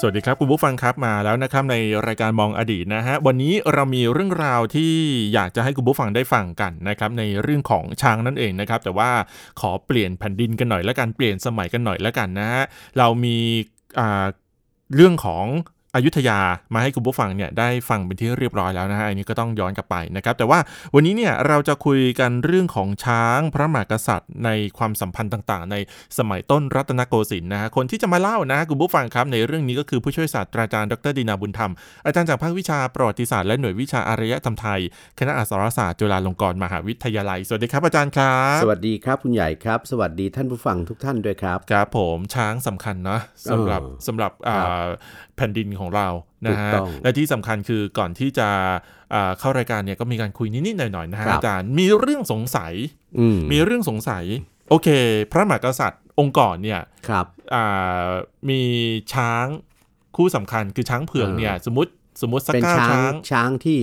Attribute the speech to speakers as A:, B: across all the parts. A: สวัสดีครับคุณผู้ฟังครับมาแล้วนะครับในรายการมองอดีตนะฮะวันนี้เรามีเรื่องราวที่อยากจะให้คุณผู้ฟังได้ฟังกันนะครับในเรื่องของช้างนั่นเองนะครับแต่ว่าขอเปลี่ยนแผ่นดินกันหน่อยละกันเปลี่ยนสมัยกันหน่อยละกันนะฮะเรามีอ่าเรื่องของอยุธยามาให้คุณผู้ฟังเนี่ยได้ฟังเป็นที่เรียบร้อยแล้วนะฮะอันนี้ก็ต้องย้อนกลับไปนะครับแต่ว่าวันนี้เนี่ยเราจะคุยกันเรื่องของช้างพระมหากษัตริย์ ในความสัมพันธ์ต่าง ๆ ในสมัยต้นรัตนโกสินทร์นะฮะคนที่จะมาเล่านะคุณผู้ฟังครับในเรื่องนี้ก็คือผู้ช่วยศาสตราจารย์ดรดินาบุญธรรม อาจารย์จากภาควิชาประวัติศาสตร์และหน่วยวิชาอารยธรรมไทย คณะอักษรศาสตร์จุฬาลงกรณ์มหาวิทยาลัย สวัสดีครับอาจารย์ครับ
B: สวัสดีครับคุณใหญ่ครับ สวัสดีท่านผู้ฟังทุกท่านด้วยครับ
A: ครับผมช้างสำคัญเนอะสำหรับ
B: เออ
A: สำหรับอ่าแผ่นดินของเรานะฮะ
B: ถูกต้อง
A: และที่สำคัญคือก่อนที่จะอ่าเข้ารายการเนี่ยก็มีการคุยนิดๆหน่อยๆนะฮะ
B: ครับ
A: อาจารย์มีเรื่องสงสัย
B: อืม
A: มีเรื่องสงสัย โอเค พระมหากษัตริย์องค์ก่อนเนี่ย
B: ครับ
A: อ่ามีช้างคู่สำคัญคือช้างเผือกเนี่ย สมมติสมมติสัก
B: เป็น
A: เก้า
B: ช้าง
A: ช้าง
B: ช้างที่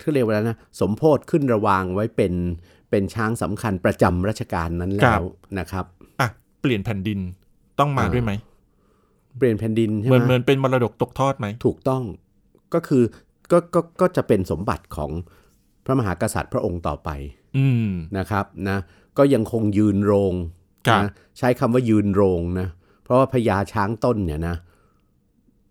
B: เขาเรียกว่าอะไรนะสมโพธขึ้นระวางไว้เป็นเป็นช้างสำคัญประจำรัชกาลนั้นแล้วนะครับ
A: อ่ะเปลี่ยนแผ่นดินต้องมา
B: อ่า
A: ด้วยไหม
B: เปลี่ยนแผ่นดินใช่
A: เห
B: ไห
A: มือน
B: ม
A: เหมือนเป็นมรดกตกทอดไหม
B: ถูกต้องก็คือก็ก็ก็จะเป็นสมบัติของพระมหากษัตริย์พระองค์ต่อไป
A: อืม
B: นะครับนะก็ยังคงยืนโรง
A: ครับ
B: นะใช้คำว่ายืนโรงนะเพราะว่าพญาช้างต้นเนี่ยนะ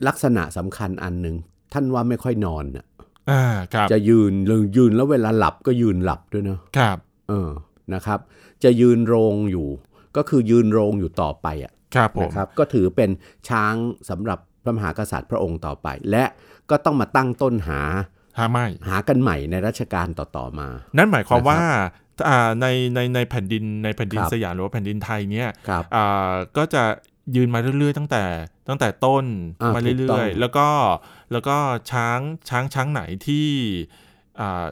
B: ลักษณะสำคัญอันหนึ่งท่านว่าไม่ค่อยนอนนะ
A: อ่าครับ
B: จะยืนเลยยืนแล้วเวลาหลับก็ยืนหลับด้วยเนาะ
A: ครับ
B: เออนะครับ จะยืนโรงอยู่ ก็คือยืนโรงอยู่ต่อไปอ่ะ
A: ครับผม
B: นะครับ ก็ถือเป็นช้างสำหรับพระมหากษัตริย์พระองค์ต่อไป และก็ต้องมาตั้งต้นหา
A: หาไม่
B: หากันใหม่ในรัชกาลต่อๆมา
A: นั่นหมายความ
B: นะครับ
A: ว่าอ่าในในในแผ่นดินในแผ่นดิน
B: ครับ
A: สยามหรือว่าแผ่นดินไทยเนี่ย
B: ครับ
A: อ่าก็จะยืนมาเรื่อยๆ ตั้งแต่ตั้งแต่ต้น
B: อ่าม
A: มา
B: ถูก
A: เรื่
B: ต้อ
A: อย
B: ง
A: ๆ แล้วก็แล้วก็ช้างช้างช้างไหนที่อ่า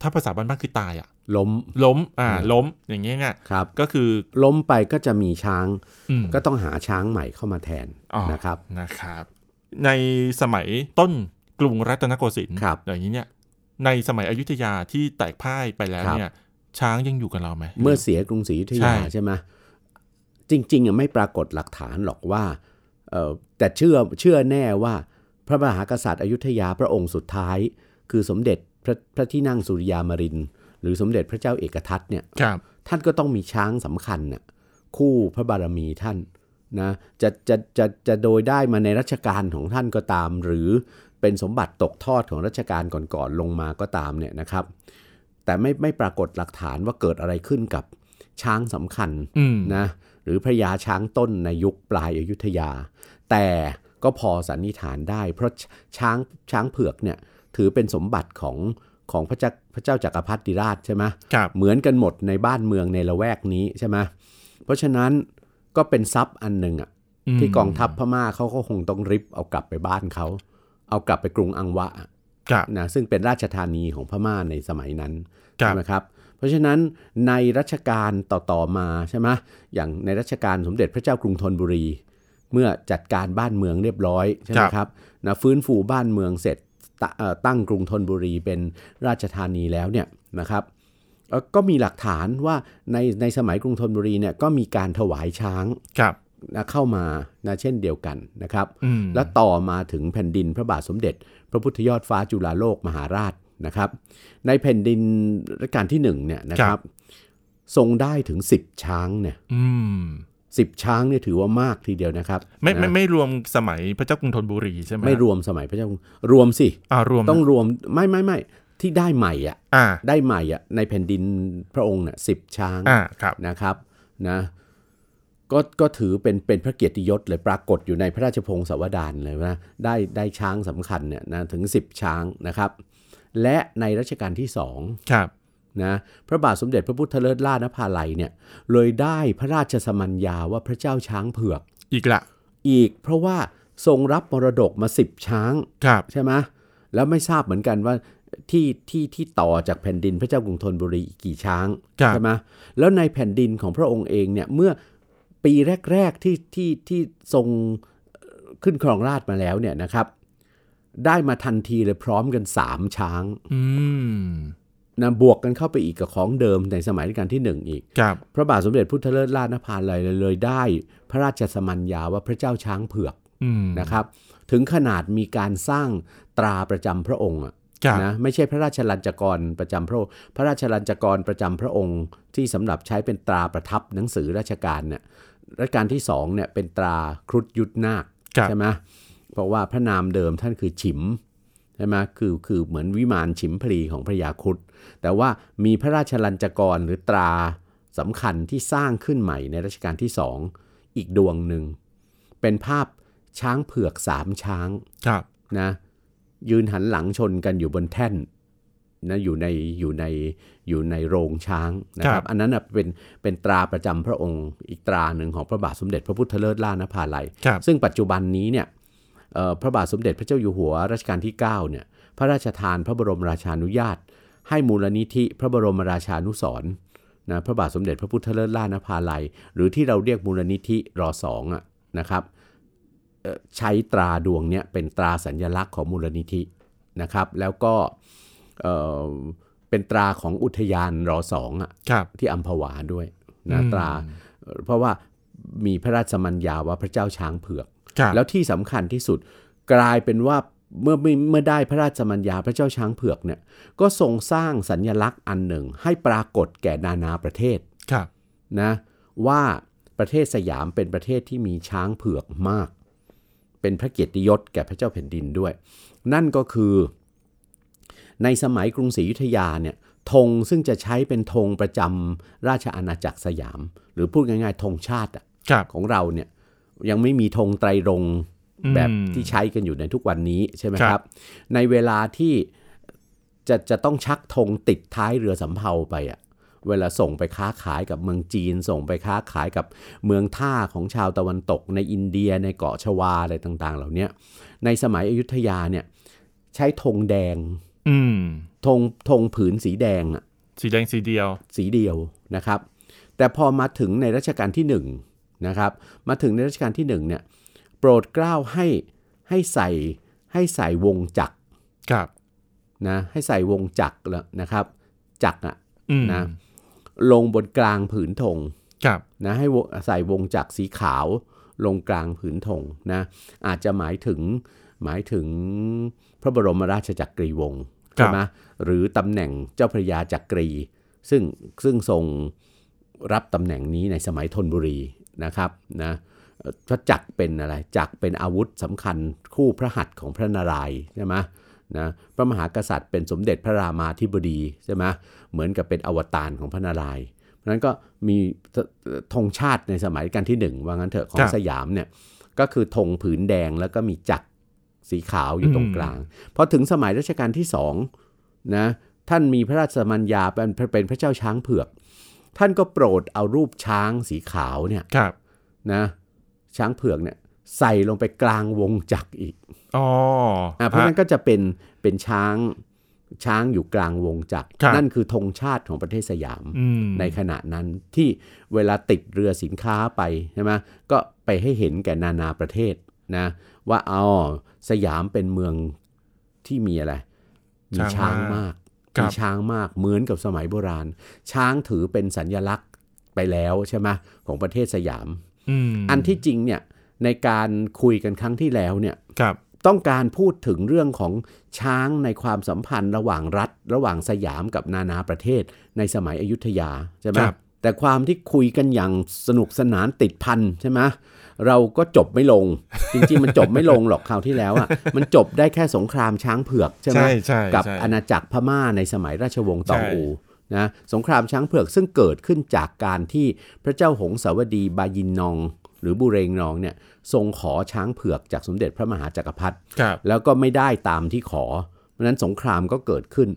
A: ถ้าภาษาบ้านๆคือตายอ่ะ
B: ล้ม
A: ล้มอ่า
B: อืม
A: ล้มอย่างเงี้ยเนี่ย
B: ครับ
A: ก็คือ
B: ล้มไปก็จะมีช้าง
A: อืม
B: ก็ต้องหาช้างใหม่เข้ามาแทน
A: อ๋อ
B: นะครับ
A: นะครับ ในสมัยต้นกรุงรัตนโกสินทร์
B: ครับ
A: อย่างนี้เนี่ยในสมัยอยุธยาที่แตกพ่ายไปแล้ว
B: ครับ
A: เนี่ย ช้างยังอยู่กับเราไหม
B: เมื่อเสียกรุงศรีอยุธยา
A: ใช่
B: ใช่ไหมจริงๆอ่ะไม่ปรากฏหลักฐานหรอกว่าเอ่อแต่เชื่อเชื่อแน่ว่าพระมหากษัตริย์อยุธยาพระองค์สุดท้าย คือสมเด็จพระพระที่นั่งสุริยามรินทร์หรือสมเด็จพระเจ้าเอกทัตเนี่ย
A: ครับ
B: ท่านก็ต้องมีช้างสำคัญน่ะคู่พระบารมีท่านนะจะจะจะจะโดยได้มาในรัชกาลของท่านก็ตาม หรือเป็นสมบัติตกทอดของรัชกาลก่อนๆลงมาก็ตามเนี่ยนะครับ แต่ไม่ไม่ปรากฏหลักฐานว่าเกิดอะไรขึ้นกับช้างสำคัญ
A: อืม
B: นะหรือพระยาช้างต้นในยุคปลายอยุธยา แต่ก็พอสันนิษฐานได้ เพราะชช้างช้างเผือกเนี่ยถือเป็นสมบัติของของพระเจ้าพระเจ้าจักรพรรดิราชใช่ไหม
A: ครับ
B: เหมือนกันหมดในบ้านเมืองในละแวกนี้ใช่ไหมเพราะฉะนั้นก็เป็นทรัพย์อันหนึ่งอะ
A: อืม
B: ที่กองทัพพม่าเขาก็คงต้องริบเอากลับไปบ้านเขา เอากลับไปกรุงอังวะ
A: ครับ
B: นะซึ่งเป็นราชธานีของพม่าในสมัยนั้น
A: ครับ
B: ใช่ไหมครับ เพราะฉะนั้นในรัชกาลต่อๆมาใช่ไหมอย่างในรัชกาลสมเด็จพระเจ้ากรุงธนบุรี เมื่อจัดการบ้านเมืองเรียบร้อยใช่ไหมครับนะฟื้นฟูบ้านเมืองเสร็จตะเอ่อตั้งกรุงธนบุรีเป็นราชธานีแล้วเนี่ยนะครับเอ่อก็มีหลักฐานว่าในในสมัยกรุงธนบุรีเนี่ยก็มีการถวายช้าง
A: ครับ
B: นะเข้ามานะเช่นเดียวกันนะครับ
A: อืม
B: และต่อมาถึงแผ่นดินพระบาทสมเด็จ พระพุทธยอดฟ้าจุฬาโลกมหาราชนะครับ ในแผ่นดินรัชกาลที่หนึ่งเนี่ยนะครับ ทรงได้ถึง 10 ช้างเนี่ย
A: อืม
B: สิบช้างเนี่ยถือว่ามากทีเดียวนะครับ
A: ไม่ไม่
B: นะ
A: ไม่รวมสมัยพระเจ้ากรุงธนบุรีใช่ไหม
B: ไม่รวมสมัยพระเจ้า รวมสิ
A: อ่ารวมนะ
B: ต้องรวมไม่ไม่ไม่ที่ได้ใหม่อ่ะ
A: อ่า
B: ได้ใหม่อ่ะในแผ่นดินพระองค์น่ะสิบช้าง
A: อ่าครับ
B: นะครับนะก็ก็ถือเป็นเป็นพระเกียรติยศเลยปรากฏอยู่ในพระราชพงศาวดารเลยนะได้ได้ช้างสำคัญเนี่ยนะถึง 10 ช้างนะครับ และในรัชกาลที่2
A: ครับ
B: นะพระบาทสมเด็จพระพุทธเลิศล่านภาลัยเนี่ยเลยได้พระราชสมัญญาว่าพระเจ้าช้างเผือก
A: อีกละ
B: อีกเพราะว่าทรงรับมรดกมา 10 ช้าง
A: ครับ
B: ใช่ไหมแล้วไม่ทราบเหมือนกันว่า ที่ที่ที่ต่อจากแผ่นดินพระเจ้ากรุงธนบุรีอีกกี่ช้าง
A: ครับ
B: ใช่ไหมแล้วในแผ่นดินของพระองค์เองเนี่ยเมื่อปีแรก ๆ ที่ที่ที่ทรงขึ้นครองราชย์มาแล้วเนี่ยนะครับ ได้มาทันทีเลยพร้อมกัน 3 ช้าง
A: อืม
B: นะบวกกันเข้าไปอีกกับของเดิมในสมัยรัชกาลที่ 1 อีก
A: ครับ
B: พระบาทสมเด็จพุทธเลิศราชนภาลัยเลยได้ พระราชสมัญญาว่าพระเจ้าช้างเผือก
A: อืม
B: นะครับ ถึงขนาดมีการสร้างตราประจำพระองค์อะ
A: ครับ
B: นะไม่ใช่พระราชลัญจกรประจำพระองค์พระราชลัญจกรประจำพระองค์ ที่สำหรับใช้เป็นตราประทับหนังสือราชการเนี่ยรัชกาลที่สองเนี่ยเป็นตราครุฑยุทธนาค
A: ครับ
B: ใช่ไหมเพราะว่าพระนามเดิมท่านคือฉิมใช่ไหมคือคือเหมือนวิมานฉิมพลีของพระยาครุฑแต่ว่ามีพระราชลัญจกรหรือตราสำคัญที่สร้างขึ้นใหม่ในรัชกาลที่สองอีกดวงหนึ่งเป็นภาพช้างเผือกสามช้าง
A: ครับ
B: นะยืนหันหลังชนกันอยู่บนแท่นนะอยู่ในอยู่ในอยู่ในโรงช้างนะครับ อันนั้นนะเป็นเป็นตราประจำพระองค์อีกตราหนึ่งของพระบาทสมเด็จพระพุทธเลิศล่านภาลัย
A: ครับ
B: ซึ่งปัจจุบันนี้เนี่ยเอ่อพระบาทสมเด็จพระเจ้าอยู่หัวรัชกาลที่9เนี่ยพระราชทานพระบรมราชานุญาต ให้มูลนิธิพระบรมราชานุสรณ์นะพระบาทสมเด็จพระพุทธเลิศล่านภาลัย หรือที่เราเรียกมูลนิธิรอสองอะนะครับเอ่อใช้ตราดวงเนี่ยเป็นตราสัญลักษณ์ของมูลนิธินะครับ แล้วก็เอ่อเป็นตราของอุทยานรอสองอะ
A: ครับ
B: ที่อัมพวาด้วยนะ
A: อืม
B: ตราเอ่อเพราะว่ามีพระราชมัญญาว่าพระเจ้าช้างเผือก
A: ครับ
B: แล้วที่สำคัญที่สุดกลายเป็นว่าเมื่อไม่เมื่อได้พระราชมัญญาพระเจ้าช้างเผือกเนี่ยก็ทรงสร้างสัญญลักษณ์อันหนึ่งให้ปรากฏแก่นานาประเทศ
A: ครับ
B: นะว่าประเทศสยามเป็นประเทศที่มีช้างเผือกมาก เป็นพระเกียรติยศแก่พระเจ้าแผ่นดินด้วย นั่นก็คือในสมัยกรุงศรีอยุธยาเนี่ยธงซึ่งจะใช้เป็นธงประจำราชอาณาจักรสยาม หรือพูดง่ายๆธงชาติอะ
A: ครับ
B: ของเราเนี่ยยังไม่มีธงไตรรงค์
A: อืม
B: แบบที่ใช้กันอยู่ในทุกวันนี้ใช่ไหม
A: ค
B: ค
A: รั
B: รับ
A: บ
B: ในเวลาที่จะจะต้องชักธงติดท้ายเรือสำเภาไปอะเวลาส่งไปค้าขายกับเมืองจีน ส่งไปค้าขายกับเมืองท่าของชาวตะวันตก ในอินเดียในเกาะชวาอะไรต่างๆ เหล่าเนี้ยในสมัยอยุธยาเนี่ยใช้ธงแดง
A: อืม
B: ธงธงผืนสีแดงอะ
A: สีแดงสีเดียว
B: สีเดียวนะครับ แต่พอมาถึงในรัชกาลที่1นะครับมาถึงในรัชกาลที่1เนี่ยโปรดเกล้าให้ให้ใส่ให้ใส่วงจักร
A: ครับ
B: นะให้ใส่วงจักรแล้วนะครับจักรอะ
A: อืม
B: นะ ลงบนกลางผืนธง
A: ครับ
B: นะให้วงใส่วงจักรสีขาวลงกลางผืนธงนะอาจจะหมายถึงหมายถึงพระบรมราชจักรีวงศ์ใช่ไหมหรือตำแหน่งเจ้าพระยาจักรี ซึ่งซึ่งทรงรับตำแหน่งนี้ในสมัยธนบุรีนะครับนะเอ่อพระจักรเป็นอะไรจักรเป็นอาวุธสำคัญคู่พระหัตถ์ของพระนารายณ์ใช่ไหมนะพระมหากษัตริย์เป็นสมเด็จพระรามาธิบดีใช่ไหมเหมือนกับเป็นอวตารของพระนารายณ์เพราะฉะนั้นก็มีธงชาติในสมัยรัชการที่หนึ่งว่างั้นเถอะของ
A: ครับ
B: สยามเนี่ยก็คือธงผืนแดงแล้วก็มีจักรสีขาวอยู่ตรงกลางพอถึงสมัยรัชกาลที่สอง นะท่านมีพระราชมัญญาเป็นเป็นพระเจ้าช้างเผือก ท่านก็โปรดเอารูปช้างสีขาวเนี่ย
A: ครับ
B: นะช้างเผือกเนี่ยใส่ลงไปกลางวงจักรอีก
A: อ๋อ
B: อ่ะเพราะฉะนั้น
A: ฮ
B: ก็จะเป็นเป็นช้างช้างอยู่กลางวงจักร
A: ครับ
B: นั่นคือธงชาติของประเทศสยาม
A: อืม
B: ในขณะนั้นที่เวลาติดเรือสินค้าไปใช่ไหมก็ไปให้เห็นแก่นานาประเทศนะว่าอ๋อสยามเป็นเมืองที่มีอะไร มีช้างมาก
A: ครั
B: มี
A: บ
B: ช้างมากเหมือนกับสมัยโบราณ ช้างถือเป็นสัญลักษณ์ไปแล้วใช่ไหมของประเทศสยาม
A: อืม
B: อันที่จริงเนี่ยในการคุยกันครั้งที่แล้วเนี่ย
A: ครับ
B: ต้องการพูดถึงเรื่องของช้างในความสัมพันธ์ระหว่างรัฐ ระหว่างสยามกับนานาประเทศในสมัยอยุธยาใช่ไหมแต่ความที่คุยกันอย่างสนุกสนานติดพันใช่ไหมเราก็จบไม่ลง จริงๆ มันจบไม่ลงหรอกคราวที่แล้วอ่ะมันจบได้แค่สงครามช้างเผือกใช่ไหม
A: ใช่ใช่
B: กับ
A: ใช่
B: อาณาจักรพม่าในสมัยราชวงศ์ตอง
A: ใช่
B: อูนะสงครามช้างเผือกซึ่งเกิดขึ้นจากการที่พระเจ้าหงสาวดีบายินนอง หรือบุเรงนองเนี่ยทรงขอช้างเผือกจากสมเด็จพระมหาจักรพรรดิ
A: ครับ
B: แล้วก็ไม่ได้ตามที่ขอ เพราะฉะนั้นสงครามก็เกิดขึ้น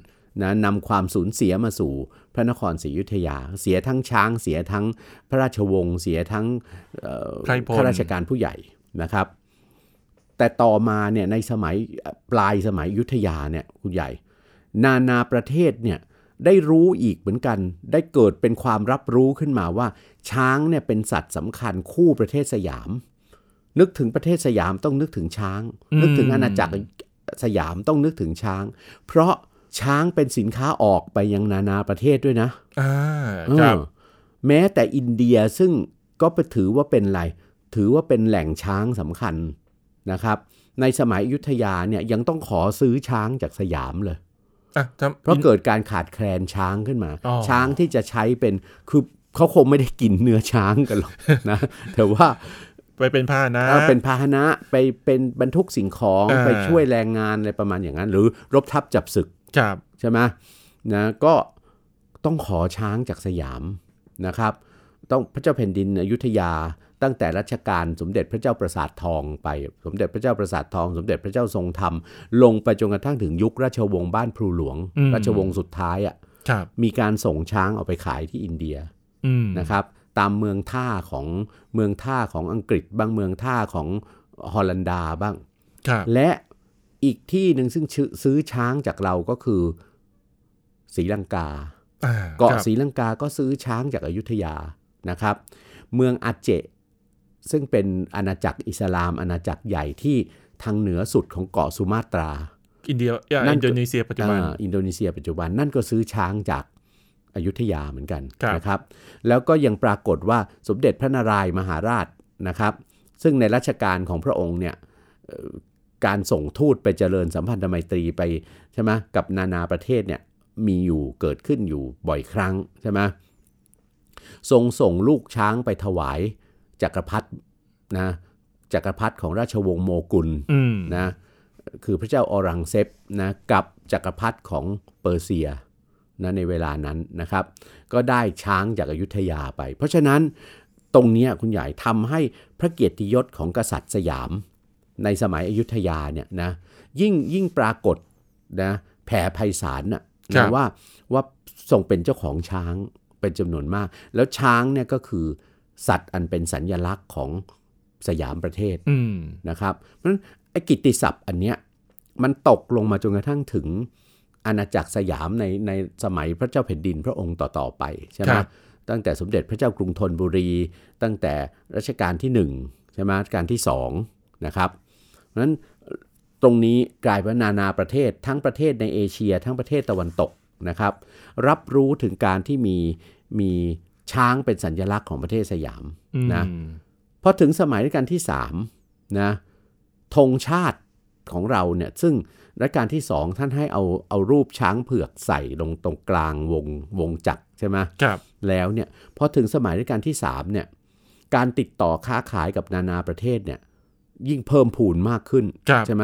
B: นะนำความสูญเสียมาสู่พระนครศรีอยุธยา เสียทั้งช้างเสียทั้งพระราชวงศ์เสียทั้งเอ่อ
A: ใครพล
B: ข้าราชการผู้ใหญ่นะครับ แต่ต่อมาเนี่ยในสมัยปลายสมัยอยุทธยาเนี่ยคุณใหญ่ นานาประเทศเนี่ยได้รู้อีกเหมือนกัน ได้เกิดเป็นความรับรู้ขึ้นมาว่า ช้างเนี่ยเป็นสัตว์สำคัญคู่ประเทศสยาม นึกถึงประเทศสยามต้องนึกถึงช้าง
A: อืม
B: นึกถึงอาณาจักรสยามต้องนึกถึงช้าง เพราะช้างเป็นสินค้าออกไปยังนานาประเทศด้วยนะ
A: อ่าครับ
B: เออแม้แต่อินเดียซึ่งก็ไปถือว่าเป็นอะไร ถือว่าเป็นแหล่งช้างสำคัญนะครับ ในสมัยอยุทธยาเนี่ยยังต้องขอซื้อช้างจากสยามเลย
A: อ่ะทำ
B: เพราะเกิดการขาดแคลนช้างขึ้นมา
A: อ๋อ
B: ช้างที่จะใช้เป็นคือเขาคงไม่ได้กินเนื้อช้างกันหร อกนะ แต่ว่า
A: ไปเป็นผ้านะ
B: เอาเป็นพาหนะไปเป็นบรรทุกสิ่งของ
A: อ่า
B: ไปช่วยแรงงานอะไรประมาณอย่างนั้น หรือรบทัพจับศึก
A: ครับ
B: ใช่ไหมนะก็ต้องขอช้างจากสยามนะครับ ต้องพระเจ้าแผ่นดินอยุธยา ตั้งแต่รัชกาลสมเด็จพระเจ้าประสาททองไป สมเด็จพระเจ้าประสาททอง สมเด็จพระเจ้าทรงธรรม ลงไปจนกระทั่งถึงยุคราชวงศ์บ้านพลูหลวง ราชวงศ์สุดท้ายอะ่ะ
A: ครับ
B: มีการส่งช้างออกไปขายที่อินเดีย
A: อืม
B: นะครับ ตามเมืองท่าของเมืองท่าของอังกฤษบ้างเมืองท่าของฮอลันดาบ้าง
A: ครับ
B: และอีกที่หนึ่งซึ่งชื่อซื้อช้างจากเราก็คือศรีลังกา
A: อ่
B: เกาะ
A: ครับ
B: ศรีลังกาก็ซื้อช้างจากอยุธยานะครับ เมืองอาเจ ซึ่งเป็นอาณาจักรอิสลาม อาณาจักรใหญ่ที่ทางเหนือสุดของเกาะสุมาตรา
A: อินเดียเอ่อ
B: นั่น
A: อินโดนีเซียปัจจุบัน
B: อ่าอินโดนีเซียปัจจุบันนั่นก็ซื้อช้างจากอยุธยาเหมือนกัน
A: ครับ
B: นะครับ แล้วก็ยังปรากฏว่าสมเด็จพระนารายมหาราชนะครับ ซึ่งในรัชกาลของพระองค์เนี่ยเอ่อการส่งทูตไปเจริญสัมพันธไมตรีไปใช่ไหมกับนานาประเทศเนี่ยมีอยู่เกิดขึ้นอยู่บ่อยครั้งใช่ไหมทรงส่งลูกช้างไปถวายจักรพรรดินะจักรพรรดิของราชวงศ์โมกุล
A: อืม
B: นะคือพระเจ้าออรังเซบนะกับจักรพรรดิของเปอร์เซียนะในเวลานั้นนะครับ ก็ได้ช้างจากอยุธยาไป เพราะฉะนั้นตรงเนี้ยคุณใหญ่ทำให้พระเกียรติยศของกษัตริย์สยาม ในสมัยอยุธยาเนี่ยนะยิ่งยิ่งปรากฏนะแผ่ไพศาลน่ะนะว่าว่าทรงเป็นเจ้าของช้างเป็นจำนวนมาก แล้วช้างเนี่ยก็คือสัตว์อันเป็นสัญญลักษณ์ของสยามประเทศ
A: อืม
B: นะครับเพราะฉะนั้นไอ้กิตติศัพท์อันเนี้ยมันตกลงมาจนกระทั่งถึงอาณาจักรสยามในในสมัยพระเจ้าแผ่นดินพระองค์ต่อ ๆ ไปใช่ไหมตั้งแต่สมเด็จพระเจ้ากรุงธนบุรี ตั้งแต่รัชกาลที่หนึ่งใช่ไหมรัชกาลที่สองนะครับเพราะฉะนั้นตรงนี้กลายเป็นนานาประเทศทั้งประเทศในเอเชีย ทั้งประเทศตะวันตกนะครับ รับรู้ถึงการที่มีมีช้างเป็นสัญลักษณ์ของประเทศสยาม
A: อืม
B: นะ พอถึงสมัยรัชกาลที่3นะธงชาติของเราเนี่ยซึ่งรัชกาลที่ 2 ท่านให้เอาเอารูปช้างเผือกใส่ลงตรงกลางวงวงจักรใช่ไหม
A: ครับ
B: แล้วเนี่ยพอถึงสมัยรัชกาลที่3เนี่ยการติดต่อค้าขายกับนานาประเทศเนี่ยยิ่งเพิ่มพูนมากขึ้น
A: ครับ
B: ใช่ไหม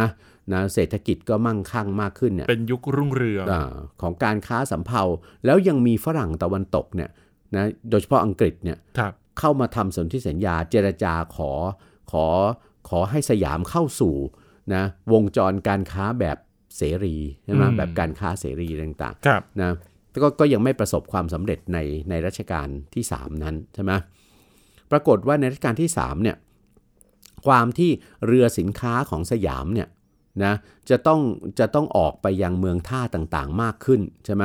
B: นะเศรษฐกิจก็มั่งคั่งมากขึ้นเนี่ย
A: เป็นยุครุ่งเรือง
B: อาของการค้าสำเภาแล้วยังมีฝรั่งตะวันตกเนี่ยนะโดยเฉพาะอังกฤษเนี่ย
A: ครับ
B: เข้ามาทำสนธิสัญญาเจรจาขอขอขอให้สยามเข้าสู่นะวงจรการค้าแบบเสรีใช่ไหม
A: อืม
B: แบบการค้าเสรีต่าง
A: ครับ
B: ๆนะแต่ก็ก็ยังไม่ประสบความสำเร็จในในรัชกาลที่ 3 นั้นใช่ไหมปรากฏว่าในรัชกาลที่3เนี่ยความที่เรือสินค้าของสยามเนี่ย นะจะต้องจะต้องออกไปยังเมืองท่าต่างๆมากขึ้นใช่ไหม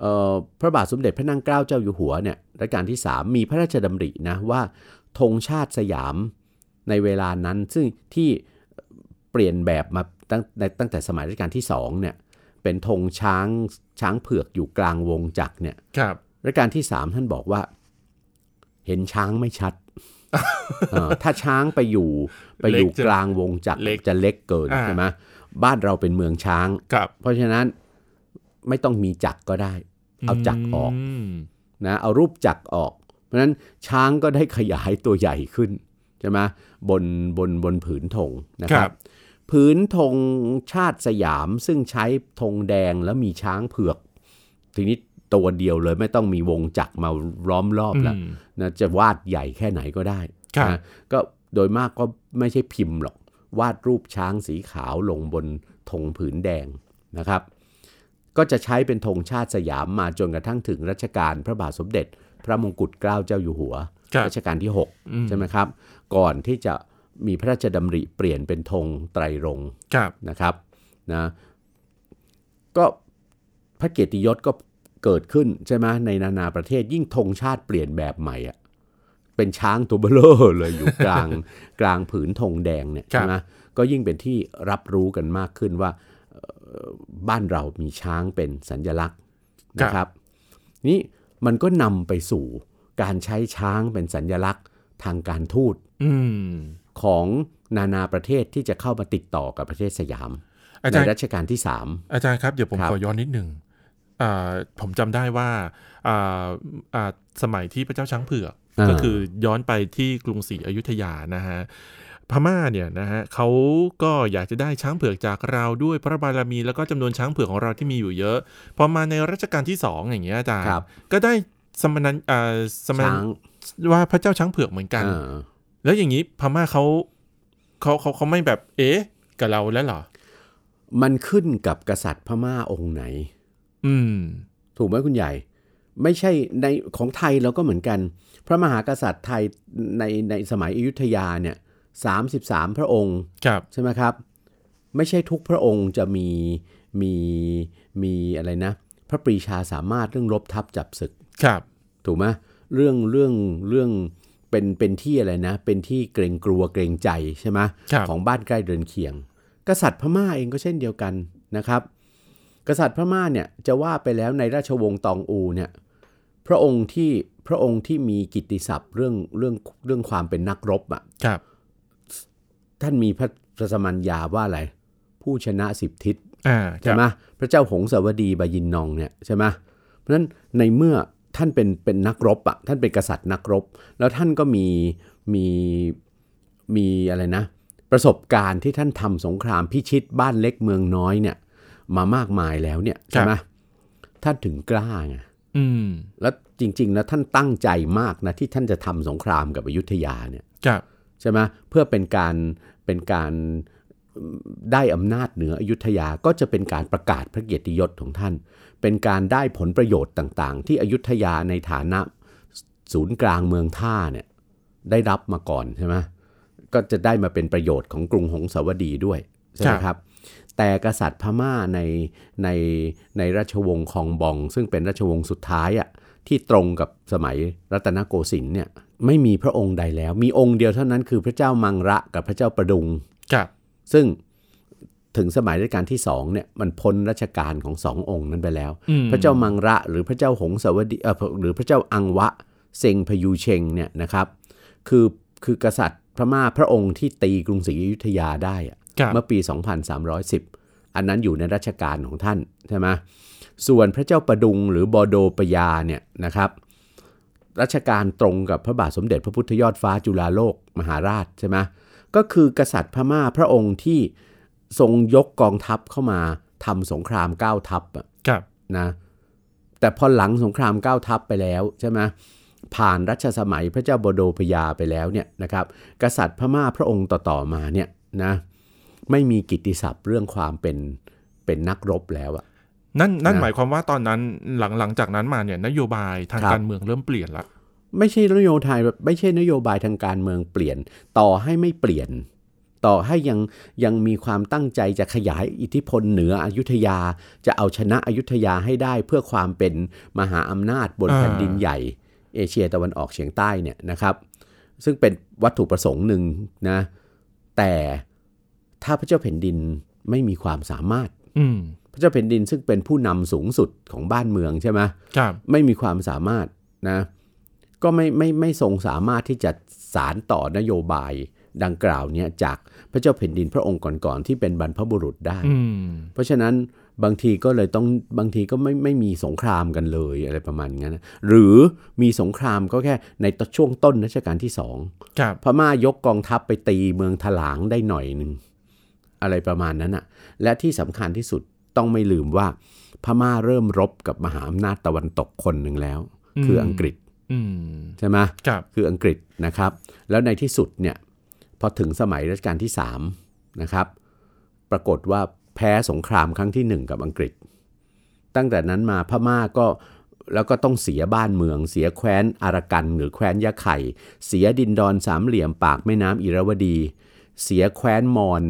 B: เอ่อพระบาทสมเด็จพระนั่งเกล้าเจ้าอยู่หัวเนี่ยรัชกาลที่ 3 มีพระราชดำรินะว่าธงชาติสยามในเวลานั้นซึ่งที่เปลี่ยนแบบมาตั้งในตั้งแต่สมัยรัชกาลที่2เนี่ยเป็นธงช้างช้างเผือกอยู่กลางวงจักรเนี่ย
A: ครับ
B: รัชกาลที่ 3 ท่านบอกว่า เห็นช้างไม่ ชัด เอ่อถ้าช้างไปอยู่ไปอยู่
A: เล็กจะ
B: กลางวงจักร
A: เล็ก
B: จะเล็กเกิน
A: อ่า
B: ใช่ไหมบ้านเราเป็นเมืองช้าง
A: ครับ
B: เพราะฉะนั้นไม่ต้องมีจักรก็ได้ เอาจักรออก
A: ม
B: นะเอารูปจักรออก เพราะฉะนั้นช้างก็ได้ขยายตัวใหญ่ขึ้นใช่ไหมบนบนบนผืนธงนะ
A: ค
B: ค
A: รั
B: รับ บ ผืนธงชาติสยามซึ่งใช้ธงแดงแล้วมีช้างเผือก ทีนี้ตัวเดียวเลยไม่ต้องมีวงจักรมาล้อมรอบแล้ว
A: อืม
B: นะจะวาดใหญ่แค่ไหนก็ได้
A: ครับ
B: นะก็โดยมากก็ไม่ใช่พิมพ์หรอก วาดรูปช้างสีขาวลงบนธงผืนแดงนะครับ ก็จะใช้เป็นธงชาติสยามมาจนกระทั่งถึงรัชกาลพระบาทสมเด็จ พระมงกุฎเกล้าเจ้าอยู่หัว
A: ครับ
B: รัชกาลที่ 6 ใช่ไหมครับ ก่อนที่จะมีพระราชดำริเปลี่ยนเป็นธงไตรรงค์
A: ครับ
B: นะครับนะก็ พระเกียรติยศก็เกิดขึ้นใช่ไหมในนานาประเทศยิ่งธงชาติเปลี่ยนแบบใหม่อะเป็นช้างตัวเบลอเลยอยู่กลาง กลางผืนธงแดงเนี่ย
A: ครับ
B: ใช่ไหมก็ยิ่งเป็นที่รับรู้กันมากขึ้นว่าเอ่อบ้านเรามีช้างเป็นสัญลักษณ์นะครับ นี่มันก็นำไปสู่การใช้ช้างเป็นสัญลักษณ์ทางการทูต
A: อืม
B: ของนานาประเทศที่จะเข้ามาติดต่อกับประเทศสยาม
A: อา
B: ใน
A: จารย์
B: รัชกาลที่ 3
A: อาจารย์ครับ เดี๋ยวผม
B: ครับ
A: ขอย้อนนิดหนึ่งอ่าผมจำได้ว่าอ่าอ่าสมัยที่พระเจ้าช้างเผือก ก็คือย้อนไปที่กรุงศรีอยุธยานะฮะพม่าเนี่ยนะฮะเขาก็อยากจะได้ช้างเผือกจากเราด้วยพระบารมีแล้วก็จำนวนช้างเผือกของเราที่มีอยู่เยอะพอมาในรัชกาลที่สองอย่างเงี้ยอาจารย์
B: ครับ
A: ก็ได้สมณันอ่าสมณัน
B: ช้าง
A: ว่าพระเจ้าช้างเผือกเหมือนกัน
B: เออ
A: แล้วอย่างนี้พม่าเขาเขาเขาเขาไม่แบบเอ๊ะกับเราแล้วเหรอ
B: มันขึ้นกับกษัตริย์พม่าองค์ไหน
A: อืม
B: ถูกไหมคุณใหญ่ ไม่ใช่ในของไทยเราก็เหมือนกัน พระมหากษัตริย์ไทยในในสมัยอยุธยาเนี่ยสาพระองค์
A: ครับ
B: ใช่ไหมครับ ไม่ใช่ทุกพระองค์จะมีมีมีอะไรนะ พระปรีชาสามารถเรื่องรบทัพจับศึก
A: ครับ
B: ถูกไหมเรื่องเรื่องเรื่องเป็นเป็นที่อะไรนะ เป็นที่เกรงกลัวเกรงใจใช่ไหม
A: ครับ
B: ของบ้านใกล้เดินเคียง กษัตริย์พม่าเองก็เช่นเดียวกันนะครับ กษัตริย์พม่าเนี่ยจะว่าไปแล้วในราชวงศ์ตองอูเนี่ยพระองค์ที่พระองค์ที่มีกิตติศัพท์เรื่องเรื่องเรื่องความเป็นนักรบอ่ะ
A: ครับ
B: ท่านมีพระพระสมัญญาว่าอะไร ผู้ชนะสิบทิศ
A: อ่า
B: ใช่ไหมพระเจ้าหงสาวดีบายินนองเนี่ยใช่ไหมเพราะฉะนั้นในเมื่อท่านเป็นเป็นนักรบอ่ะท่านเป็นกษัตริย์นักรบ แล้วท่านก็มีมีมีอะไรนะ ประสบการณ์ที่ท่านทำสงครามพิชิตบ้านเล็กเมืองน้อยเนี่ยมามากมายแล้วเนี่ยใช่ไหมท่านถึงกล้าไง
A: อืม
B: แล้วจริงๆแล้วท่านตั้งใจมากนะที่ท่านจะทำสงครามกับอยุธยาเนี่ย
A: ครับ
B: ใช่ไหมเพื่อเป็นการเป็นการอืมได้อำนาจเหนืออยุธยาก็จะเป็นการประกาศพระเกียรติยศของท่าน เป็นการได้ผลประโยชน์ต่าง ๆ ที่อยุธยาในฐานะศูนย์กลางเมืองท่าเนี่ยได้รับมาก่อนใช่ไหมก็จะได้มาเป็นประโยชน์ของกรุงหงสาวดีด้วยใช่ไหม
A: ค
B: ค
A: รั
B: รับ บ แต่กษัตริย์พม่าในในในราชวงศ์คองบอง ซึ่งเป็นราชวงศ์สุดท้ายอ่ะที่ตรงกับสมัยรัตนโกสินทร์เนี่ยไม่มีพระองค์ใดแล้ว มีองค์เดียวเท่านั้นคือพระเจ้ามังระกับพระเจ้าประดุง
A: ครับ
B: ซึ่งถึงสมัยรัชกาลที่สองเนี่ยมันพ้นรัชกาลของสององค์นั้นไปแล้ว
A: อืม
B: พระเจ้ามังระหรือพระเจ้าหงสาวดีเอ่อหรือพระเจ้าอังวะเซงพยูเชงเนี่ยนะครับ คือคือกษัตริย์พม่าพระองค์ที่ตีกรุงศรีอยุธยาได้อะ
A: ครับ
B: เมื่อปี 2310 อันนั้นอยู่ในรัชกาลของท่านใช่ไหมส่วนพระเจ้าประดุงหรือบอโดปยาเนี่ยนะครับรัชกาลตรงกับพระบาทสมเด็จพระพุทธยอดฟ้าจุฬาโลกมหาราชใช่ไหมก็คือกษัตริย์พม่าพระองค์ที่ทรงยกกองทัพเข้ามาทำสงครามเก้าทัพอะ
A: ครับ
B: นะแต่พอหลังสงครามเก้าทัพไปแล้วใช่ไหมผ่านรัชสมัยพระเจ้าบโดพยาไปแล้วเนี่ยนะครับ กษัตริย์พม่าพระองค์ต่อๆมาเนี่ยนะไม่มีกิตติศัพท์เรื่องความเป็นเป็นนักรบแล้วอะ
A: นั่นนั่น
B: นะ
A: หมายความว่าตอนนั้นหลังหลังจากนั้นมาเนี่ยนโยบายทาง
B: ครับ
A: การเมืองเริ่มเปลี่ยนละ
B: ไม่ใช่นโยบายไม่ใช่นโยบายทางการเมืองเปลี่ยน ต่อให้ไม่เปลี่ยน ต่อให้ยังยังมีความตั้งใจจะขยายอิทธิพลเหนืออยุธยา จะเอาชนะอยุธยาให้ได้เพื่อความเป็นมหาอำนาจบน
A: อ่า
B: แผ่นดินใหญ่ เอเชียตะวันออกเฉียงใต้เนี่ยนะครับ ซึ่งเป็นวัตถุประสงค์หนึ่งนะแต่ถ้าพระเจ้าแผ่นดินไม่มีความสามารถ
A: อืม
B: พระเจ้าแผ่นดินซึ่งเป็นผู้นำสูงสุดของบ้านเมืองใช่ไหม
A: ครับ
B: ไม่มีความสามารถนะก็ไม่ไม่ไม่ทรงสามารถที่จะสารต่อนโยบายดังกล่าวเนี่ยจากพระเจ้าแผ่นดินพระองค์ก่อนๆที่เป็นบรรพบุรุษได้
A: อืม
B: เพราะฉะนั้นบางทีก็เลยต้องบางทีก็ไม่ไม่มีสงครามกันเลยอะไรประมาณอย่างนั้นนะหรือมีสงครามก็แค่ในตช่วงต้นรัชกาลที่สอง
A: ครับ
B: พม่ายกกองทัพไปตีเมืองถลางได้หน่อยหนึ่งอะไรประมาณนั้นอ่ะและที่สำคัญที่สุดต้องไม่ลืมว่า พม่าเริ่มรบกับมหาอำนาจตะวันตกคนหนึ่งแล้ว
A: อืม
B: คืออังกฤษ
A: อืม
B: ใช่ไหม
A: ครับ
B: คืออังกฤษนะครับ แล้วในที่สุดเนี่ยพอถึงสมัยรัชกาลที่3นะครับ ปรากฏว่าแพ้สงครามครั้งทีหนึ่1 กับอังกฤษ ตั้งแต่นั้นมาพม่าก็แล้วก็ต้องเสียบ้านเมือง เสียแคว้นอารักันหรือแคว้นยะไข่ เสียดินดอนสามเหลี่ยมปากแม่น้ำอิระวดี เสียแคว้นมอญ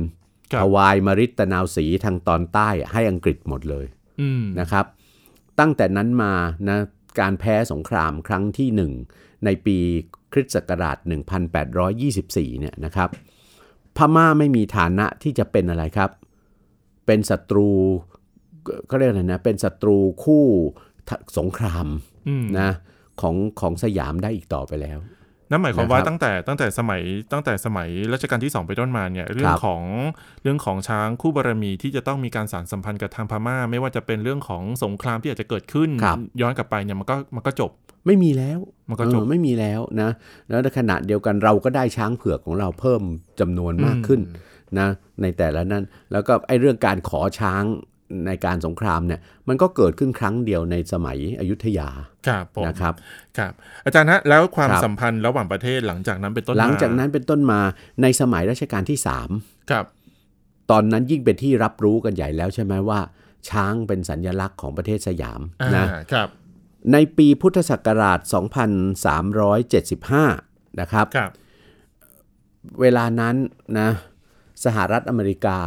A: ครับ
B: ฮวายมริตนาวสีทางตอนใต้ให้อังกฤษหมดเลย
A: อืม
B: นะครับ ตั้งแต่นั้นมานะการแพ้สงครามครั้งที่หนึ่งในปีคริสต์ศักราช 1824 เนี่ยนะครับ พม่าไม่มีฐานะที่จะเป็นอะไรครับ เป็นศัตรูเขาเรียกอะไรนะ เป็นศัตรูคู่สงคราม
A: อืม
B: นะของของสยามได้อีกต่อไปแล้ว
A: นั่นหมายความว่า
B: นะครับ
A: ตั้งแต่ตั้งแต่สมัยตั้งแต่สมัยรัชกาลที่สองไปต้นมาเนี่ยเรื่อ
B: ค
A: ง
B: รับ
A: ของเรื่องของช้างคู่บารมีที่จะต้องมีการสานสัมพันธ์กับทางพม่า ไม่ว่าจะเป็นเรื่องของสงครามที่อาจจะเกิดขึ้น ย้อนกลับไปเนี่ยมันก็มันก็จบ
B: ไม่มีแล้ว
A: มันก็
B: เออ
A: จบ
B: ไม่มีแล้วนะ แล้วในขณะเดียวกันเราก็ได้ช้างเผือกของเราเพิ่มจำนวนมากขึ้นนะ ในแต่ละนั้น แล้วก็ไอ้เรื่องการขอช้างในการสงครามเนี่ยมันก็เกิดขึ้นครั้งเดียวในสมัยอยุธยา
A: ครับผม
B: นะครับ
A: ครับ อาจารย์ฮะแล้วความ
B: ครับ
A: สัมพันธ์ระหว่างประเทศหลังจากนั้นเป็นต้นม
B: หลังจากนั้นเป็นต้นมาในสมัยรัชกาลที่ 3
A: ครับ
B: ตอนนั้นยิ่งเป็นที่รับรู้กันใหญ่แล้วใช่ไหมว่า ช้างเป็นสัญลักษณ์ของประเทศสยาม
A: อ่า
B: นะ
A: ครับ
B: ในปีพุทธศักราช 2375 นะครับ
A: ครับ
B: เวลานั้นนะสหรัฐอเมริกา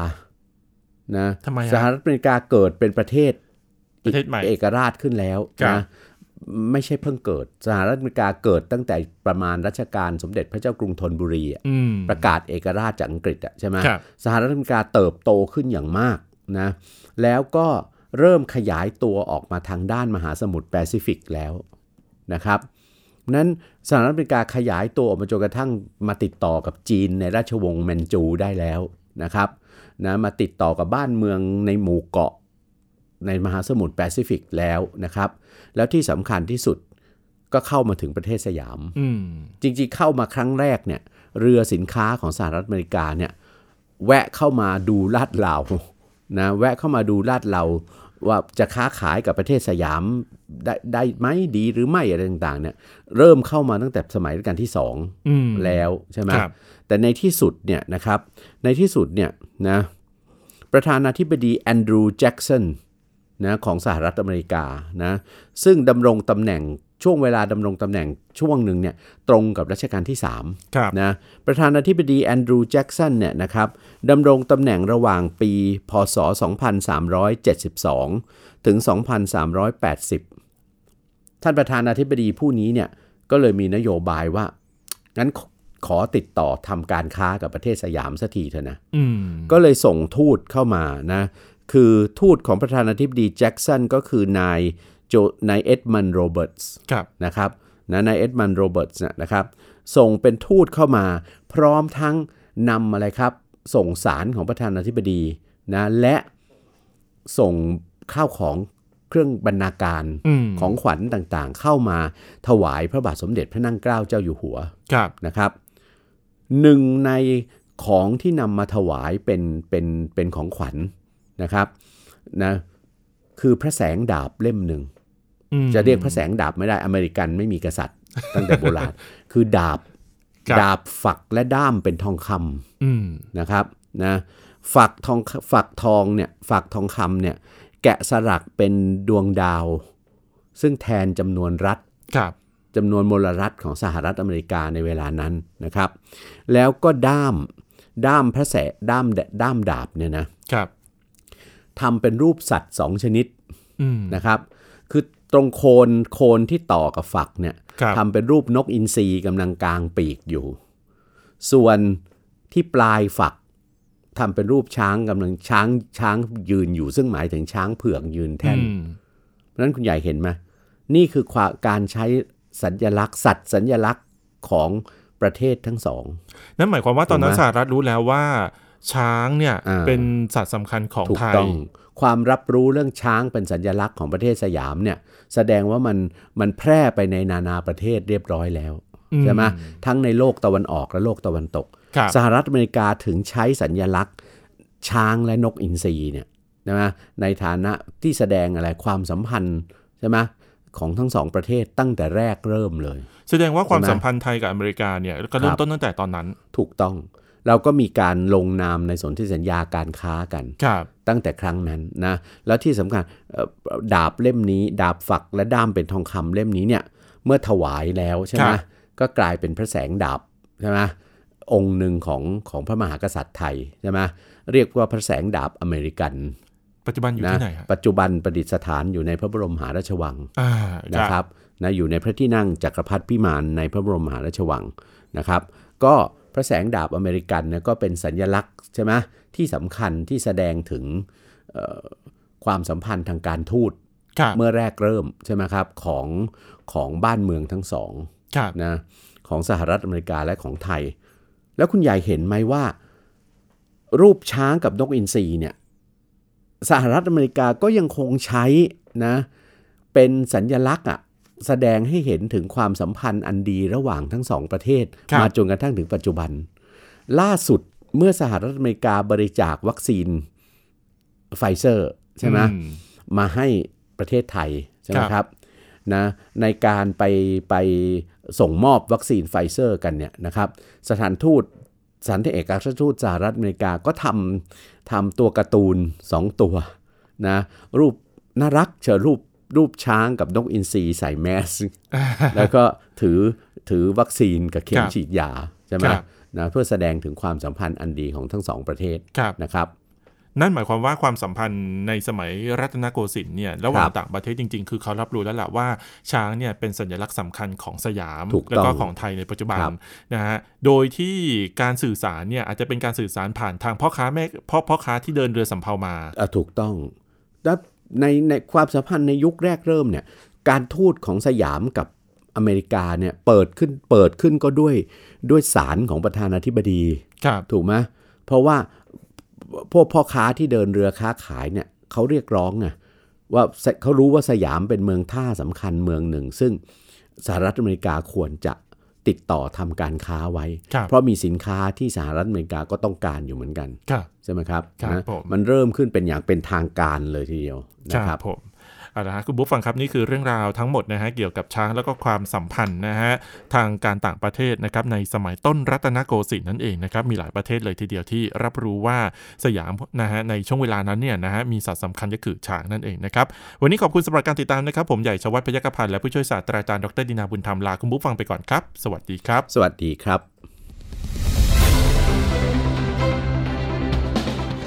B: นะ
A: ทำไมฮะ
B: สหรัฐอเมริกาเกิดเป็นประเทศ
A: ประเทศใหม่
B: เอกราชขึ้นแล้ว
A: ครับ
B: นะไม่ใช่เพิ่งเกิด สหรัฐอเมริกาเกิดตั้งแต่ประมาณรัชกาลสมเด็จพระเจ้ากรุงธนบุรีอะ
A: อืม
B: ประกาศเอกราชจากอังกฤษอะใช่ไหม
A: ครับ
B: สหรัฐอเมริกาเติบโตขึ้นอย่างมากนะ แล้วก็เริ่มขยายตัวออกมาทางด้านมหาสมุทรแปซิฟิกแล้วนะครับ นั้นสหรัฐอเมริกาขยายตัวออกมาจนกระทั่งมาติดต่อกับจีนในราชวงศ์แมนจูได้แล้วนะครับนะมาติดต่อกับบ้านเมืองในหมู่เกาะในมหาสมุทรแปซิฟิกแล้วนะครับ แล้วที่สำคัญที่สุดก็เข้ามาถึงประเทศสยาม
A: อืม
B: จริงๆเข้ามาครั้งแรกเนี่ยเรือสินค้าของสหรัฐอเมริกาเนี่ยแวะเข้ามาดูลาดเหลานะแวะเข้ามาดูลาดเหลาว่าจะค้าขายกับประเทศสยามได้ได้ไหมดีหรือไม่อะไรต่างๆเนี่ยเริ่มเข้ามาตั้งแต่สมัยรัชกาลที่สอง
A: อืม
B: แล้วใช่ไหม
A: ครับ
B: แต่ในที่สุดเนี่ยนะครับในที่สุดเนี่ยนะประธานาธิบดีแอนดรูว์แจ็กสัน นะของสหรัฐอเมริกานะซึ่งดำรงตำแหน่งช่วงเวลาดำรงตำแหน่งช่วงหนึ่งเนี่ยตรงกับรัชกาลที่
A: ครับ
B: 3นะประธานาธิบดีแอนดรูว์แจ็กสันเนี่ยนะครับดำรงตำแหน่งระหว่างปี พศ 2372 ถึง 2380 ท่านประธานาธิบดีผู้นี้เนี่ยก็เลยมีนโยบายว่า งั้นขอขอติดต่อทำการค้ากับประเทศสยามสักทีเถอะนะ
A: อืม
B: ก็เลยส่งทูตเข้ามานะ คือทูตของประธานาธิบดีแจ็กสันก็คือนายโจนายเอ็ดมันโรเบิร์ตส์
A: ครับ
B: นะครับนะนายเอ็ดมันโรเบิร์ตส์เนี่ยนะครับ ส่งเป็นทูตเข้ามา พร้อมทั้งนำอะไรครับ ส่งสารของประธานาธิบดีนะและส่งข้าวของเครื่องบรรณาการ
A: อืม
B: ของขวัญต่างๆ เข้ามาถวายพระบาทสมเด็จพระนั่งเกล้าเจ้าอยู่หัว
A: ครับ
B: นะครับหนึ่งในของที่นำมาถวายเป็นเป็นเป็นของขวัญนะครับนะคือพระแสงดาบเล่มหนึ่ง
A: อืม
B: จะเรียกพระแสงดาบไม่ได้อเมริกันไม่มีกษัตริย์ ตั้งแต่โบราณ คือดาบ
A: ครับ
B: ดาบฝักและด้ามเป็นทองค
A: อืม
B: ำนะครับนะฝักทองฝักทองเนี่ยฝักทองคำเนี่ยแกะสลักเป็นดวงดาว ซึ่งแทนจำนวนรัฐ
A: ครับ
B: จำนวนมลรัฐของสหรัฐอเมริกาในเวลานั้นนะครับ แล้วก็ด้ามด้ามพระแสด้ามแดด้ามดาบเนี่ยนะครับ ทำเป็นรูปสัตว์สองชนิด
A: อืม
B: นะครับ คือตรงโคนโคนที่ต่อกับฝักเนี่ย
A: ครับ
B: ทำเป็นรูปนกอินทรีกำลังกลางปีกอยู่ ส่วนที่ปลายฝักทำเป็นรูปช้างกำลังช้างช้างยืนอยู่ ซึ่งหมายถึงช้างเผือกยืนแท่น
A: อืม
B: เพราะฉะนั้นคุณใหญ่เห็นไหมนี่คือความการใช้สัญลักษณ์ สัตว์สัญลักษณ์ของประเทศทั้งสอง
A: นั่นหมายความว่าตอนนั้น
B: ถูกไหม
A: สหรัฐรู้แล้วว่า ช้างเนี่ย
B: อ่า
A: เป็นสัตว์สำคัญของ
B: ถูก
A: ไทย
B: ต้องความรับรู้เรื่องช้างเป็นสัญลักษณ์ของประเทศสยามเนี่ยแสดงว่ามันมันแพร่ไปในนานาประเทศเรียบร้อยแล้ว
A: อืม
B: ใช่ไหมทั้งในโลกตะวันออกและโลกตะวันตก
A: ครับ
B: สหรัฐอเมริกาถึงใช้สัญลักษณ์ ช้างและนกอินทรีเนี่ยใช่ไหมในฐานะที่แสดงอะไรความสัมพันธ์ใช่ไหมของทั้งสองประเทศตั้งแต่แรกเริ่มเลย
A: แสดงว่าความ
B: ใช่ไหม
A: สัมพันธ์ไทยกับอเมริกาเนี่ยก็เริ่
B: ค
A: ม
B: รับ
A: ต้นตั้งแต่ตอนนั้น
B: ถูกต้องเราก็มีการลงนามในสนธิสัญญาการค้ากัน
A: ครับ
B: ตั้งแต่ครั้งนั้นนะแล้วที่สำคัญเอ่อดาบเล่มนี้ดาบฝักและด้ามเป็นทองคำเล่มนี้เนี่ยเมื่อถวายแล้วใช่ไหม
A: ครับ
B: ก็กลายเป็นพระแสงดาบใช่ไหมองค์หนึ่งของของพระมหากษัตริย์ไทยใช่ไหมเรียกว่าพระแสงดาบอเมริกัน
A: ปัจจุบันอยู่
B: นะ
A: ที่ไหนฮะ
B: ปัจจุบันประดิษฐานอยู่ในพระบรมมหาราชวัง
A: อ่า
B: นะครับนะอยู่ในพระที่นั่งจักรพรรดิพิมานในพระบรมมหาราชวังนะครับ ก็พระแสงดาบอเมริกันเนี่ยก็เป็นสัญญลักษณ์ใช่ไหมที่สำคัญที่แสดงถึงเอ่อความสัมพันธ์ทางการทูต
A: ครับ
B: เมื่อแรกเริ่มใช่ไหมครับของของบ้านเมืองทั้งสอง
A: ครับ
B: นะของสหรัฐอเมริกาและของไทย แล้วคุณใหญ่เห็นไหมว่า รูปช้างกับนกอินทรีเนี่ยสหรัฐอเมริกาก็ยังคงใช้นะเป็นสัญญลักษณ์อะแสดงให้เห็นถึงความสัมพันธ์อันดีระหว่างทั้งสองประเทศ มาจนกระทั่งถึงปัจจุบัน ล่าสุดเมื่อสหรัฐอเมริกาบริจาควัคซีนไฟเซอร์ใช่ไหม
A: อื
B: มาให้ประเทศไทยใช่ไหม
A: ครับ
B: ครับนะในการไปไปส่งมอบวัคซีนไฟเซอร์กันเนี่ยนะครับสถานทูตสถานเอกอัครราชทูตสหรัฐอเมริกาก็ทำทำตัวการ์ตูน 2 ตัวนะรูปน่ารักเชอรูปรูปช้างกับนกอินทรีใส่แมส แล้วก็ถือถือวัคซีนกับเข็
A: ค
B: ม
A: รับ
B: ฉีดยาใช่ไหม
A: ครับ
B: นะเพื่อแสดงถึงความสัมพันธ์อันดีของทั้งสองประเทศ
A: ครับ
B: นะครับ
A: นั่นหมายความว่าความสัมพันธ์ในสมัยรัตนโกสินทร์เนี่ยระหว่าง
B: ครับ
A: ต่างประเทศจริง ๆ คือเขารับรู้แล้วล่ะว่าช้างเนี่ยเป็นสัญลักษณ์สำคัญของสยาม
B: ถูกต้อง
A: แล้วก็ของไทยในปัจจุบัน
B: ครับ
A: นะฮะโดยที่การสื่อสารเนี่ยอาจจะเป็นการสื่อสารผ่านทางพ่อค้าแม่พ่อพ่อค้าที่เดินเรือสำเภามา
B: อ่ะถูกต้องแล้วในในความสัมพันธ์ในยุคแรกเริ่มเนี่ยการทูตของสยามกับอเมริกาเนี่ยเปิดขึ้นเปิดขึ้นก็ด้วยด้วยสารของประธานาธิบดี
A: ครับ
B: ถูกไหมเพราะว่าพวกพ่อค้าที่เดินเรือค้าขายเนี่ยเขาเรียกร้องไงว่าสเขารู้ว่าสยามเป็นเมืองท่าสำคัญเมืองหนึ่ง ซึ่งสหรัฐอเมริกาควรจะติดต่อทำการค้าไว้
A: ครับ
B: เพราะมีสินค้าที่สหรัฐอเมริกาก็ต้องการอยู่เหมือนกัน
A: ครับ
B: ใช่ไหมครับ
A: ครับ
B: นะ
A: ผม
B: มันเริ่มขึ้นเป็นอย่างเป็นทางการเลยทีเดียวนะครับ
A: ผมเอาละฮะคุณบุ๊คฟังครับนี่คือเรื่องราวทั้งหมดนะฮะเกี่ยวกับช้างแล้วก็ความสัมพันธ์นะฮะทางการต่างประเทศนะครับในสมัยต้นรัตนโกสินทร์นั่นเองนะครับมีหลายประเทศเลยทีเดียวที่รับรู้ว่าสยามนะฮะในช่วงเวลานั้นเนี่ยนะฮะมีสัตว์สำคัญก็คือช้างนั่นเองนะครับวันนี้ขอบคุณสำหรับการติดตามนะครับผมใหญ่ชวัฒน์พยัคฆพันธ์และผู้ช่วยศาสตราจารย์ดรดินาบุญธรรมลาคุณบุ๊คฟังไปก่อนครับ สวัสดีครับ
B: สวัสดีครับ